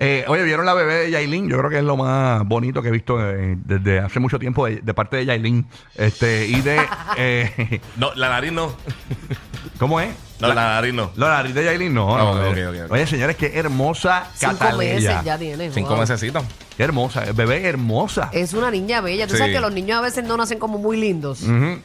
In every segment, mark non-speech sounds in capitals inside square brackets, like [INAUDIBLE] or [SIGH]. Eh, oye, ¿vieron la bebé de Yailin? Yo creo que es lo más bonito que he visto eh, desde hace mucho tiempo de, de parte de Yailin. Este, y [LAUGHS] de. eh, No, la nariz no. ¿Cómo es? No, la, nariz no. La nariz de Yailin no. Ah, no, ok, eh. ok, ok, ok. Oye, señores, qué hermosa Cinco meses ya Cataleya. tiene. Cinco wow. mesecitos. Qué hermosa, eh, bebé hermosa. Es una niña bella. Tú Sí. sabes que los niños a veces no nacen como muy lindos.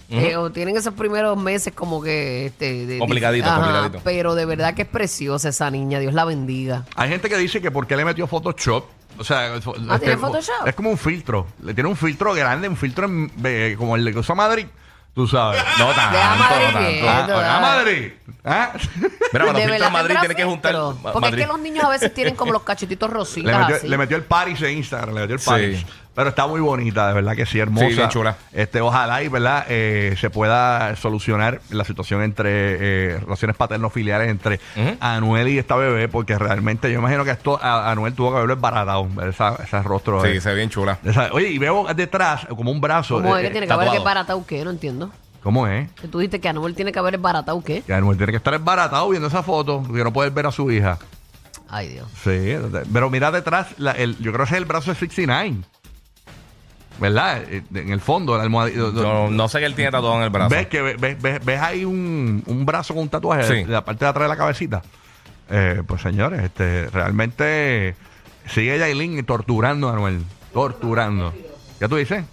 Eh, o tienen esos primeros meses como que... Este, de- Complicadito, Ajá, complicadito. Pero de verdad que es preciosa esa niña. Dios la bendiga. Hay gente que dice que por qué le metió Photoshop. O sea, es- Ah, es ¿tiene que- Photoshop? Es como un filtro. Le tiene un filtro grande, un filtro en- eh, como el de usa Madrid. Tú [LAUGHS] sabes. No tanto, Deja a Madrid no tanto. bien. Ah, no, ah, no. Madrid. ¿Ah? [LAUGHS] Mira, para los De filtros verdad en Madrid tendrá tienen que juntar. filtro. Ma- Porque Madrid. es que los niños a veces tienen como [LAUGHS] los cachetitos le, rositas metió, así. le metió el Paris en Instagram, le metió el Sí. Paris. Pero está muy bonita, de verdad que sí, hermosa. Sí, bien chula. Este, ojalá y verdad Eh, se pueda solucionar la situación entre eh, relaciones paterno-filiales entre Anuel y esta bebé, porque realmente yo imagino que esto a- Anuel tuvo que haberlo embaratado, esa, ese rostro. Sí, eh. se ve bien chula. Esa- oye, y veo detrás como un brazo. ¿Cómo eh, es que eh, tiene que haber que tatuado. baratau qué? No entiendo. ¿Cómo es? Que tú dijiste que Anuel tiene que haber baratau qué. Que Anuel tiene que estar embaratado viendo esa foto, porque no puede ver a su hija. Ay, Dios. Sí, pero mira detrás, la- el, yo creo que ese es el brazo de 69. ¿Verdad? Eh, En el fondo, la almohadilla. No, no sé que él tiene tatuado en el brazo. ¿Ves, que, ve- ves, ves, ves ahí un, un brazo con un tatuaje Sí. de la parte de atrás de la cabecita? Eh, pues señores, este, realmente sigue Yailin torturando a Anuel. Torturando. ¿Ya tú dices?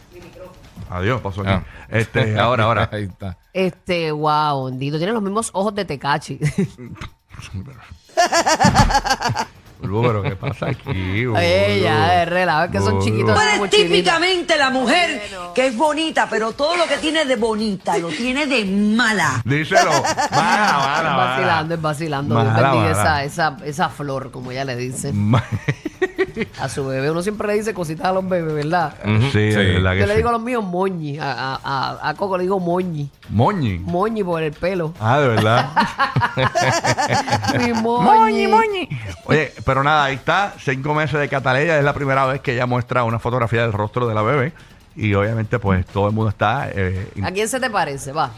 Adiós, pasó aquí. Ah. [LAUGHS] Este, [LAUGHS] ahora, [LAUGHS] ahora. Ahí está. Este, wow, bendito. Tiene los mismos ojos de Tecachi. [LAUGHS] Bulbo, pero ¿qué pasa aquí? Bulbo? Ella, es relajo, que son Bulbo. chiquitos. Tú eres muy chiquitos. típicamente la mujer que es bonita, pero todo lo que tiene de bonita lo tiene de mala. Díselo. Mala, mala, Es mala. [LAUGHS] vacilando, es vacilando. Dios Mala, bendiga mala. Esa, esa, esa flor, como ella le dice. Ma- A su bebé. Uno siempre le dice cositas a los bebés, ¿verdad? sí, Sí. es verdad que Yo le sí. digo a los míos moñi. A, a, a- a Coco le digo moñi. Moñi. Moñi por [LAUGHS] el pelo. Ah, de verdad. [LAUGHS] Mi moñi. Oye, pero nada, ahí está. Cinco meses de Cataleya. Es la primera vez que ella muestra una fotografía del rostro de la bebé. Y obviamente, pues todo el mundo está. eh, in- ¿A quién se te parece? Va.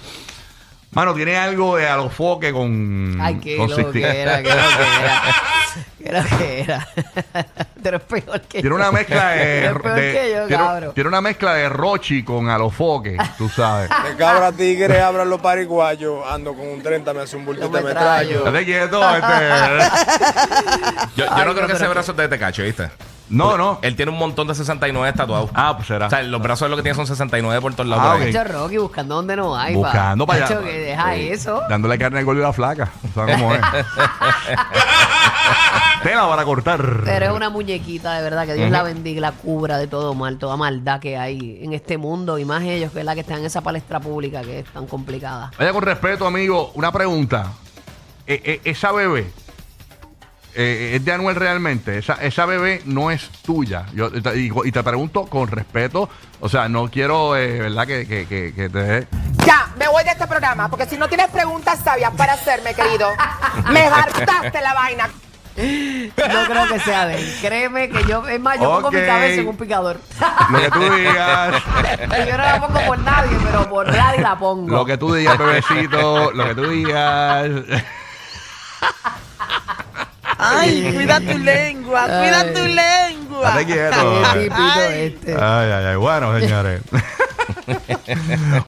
Mano, tiene algo de alofoque con. Ay, qué con lo que cisti- era, qué lo que era. Qué lo que era. [LAUGHS] Tú eres peor [LAUGHS] que Tiene una yo. mezcla [LAUGHS] de. Eres peor de- que yo, tiene, cabrón. tiene una mezcla de Rochi con alofoque, tú [LAUGHS] sabes. [LAUGHS] Que cabra tigre abran los pariguayos. Ando con un 30, me hace un bultito Lo de metrallo. Estate quieto, [LAUGHS] este. Yo, yo Ay, no no, creo que ese pero- brazo es de Tecachi, ¿viste? No, no. Él tiene un montón de 69 tatuados. Ah, pues será. O sea, los brazos de lo que tiene son 69 por todos lados. Ah, por ahí. ok. Mucho Rocky buscando donde no hay. pa. Buscando para allá. Chacho, que deja Eh, eso. Dándole carne al gordo y la flaca. O sea, cómo es. [LAUGHS] Tela para cortar. Pero es una muñequita, de verdad, que Dios la bendiga, y la cubra de todo mal, toda maldad que hay en este mundo y más ellos, ¿verdad? Que están en esa palestra pública que es tan complicada. Vaya con respeto, amigo, una pregunta. Eh, eh, esa bebé eh, es de Anuel realmente. Esa, esa bebé no es tuya. Yo, y, te- y te pregunto con respeto. O sea, no quiero, eh, ¿verdad? Que, que, que, que te dé- Ya, me voy de este programa, porque si no tienes preguntas sabias para hacerme, querido, me hartaste la vaina. No creo que sea de él. Créeme que yo, es más, yo pongo mi Ok. cabeza en un picador. Lo que [LAUGHS] tú digas. yo no la pongo por nadie, pero por nadie la pongo. lo que tú digas, bebecito. Lo que tú digas. Ay, cuida tu lengua, cuida tu lengua. Estate quieto. Ah, Qué tipito Ay. este. Ay, ay, ay. Bueno, señores.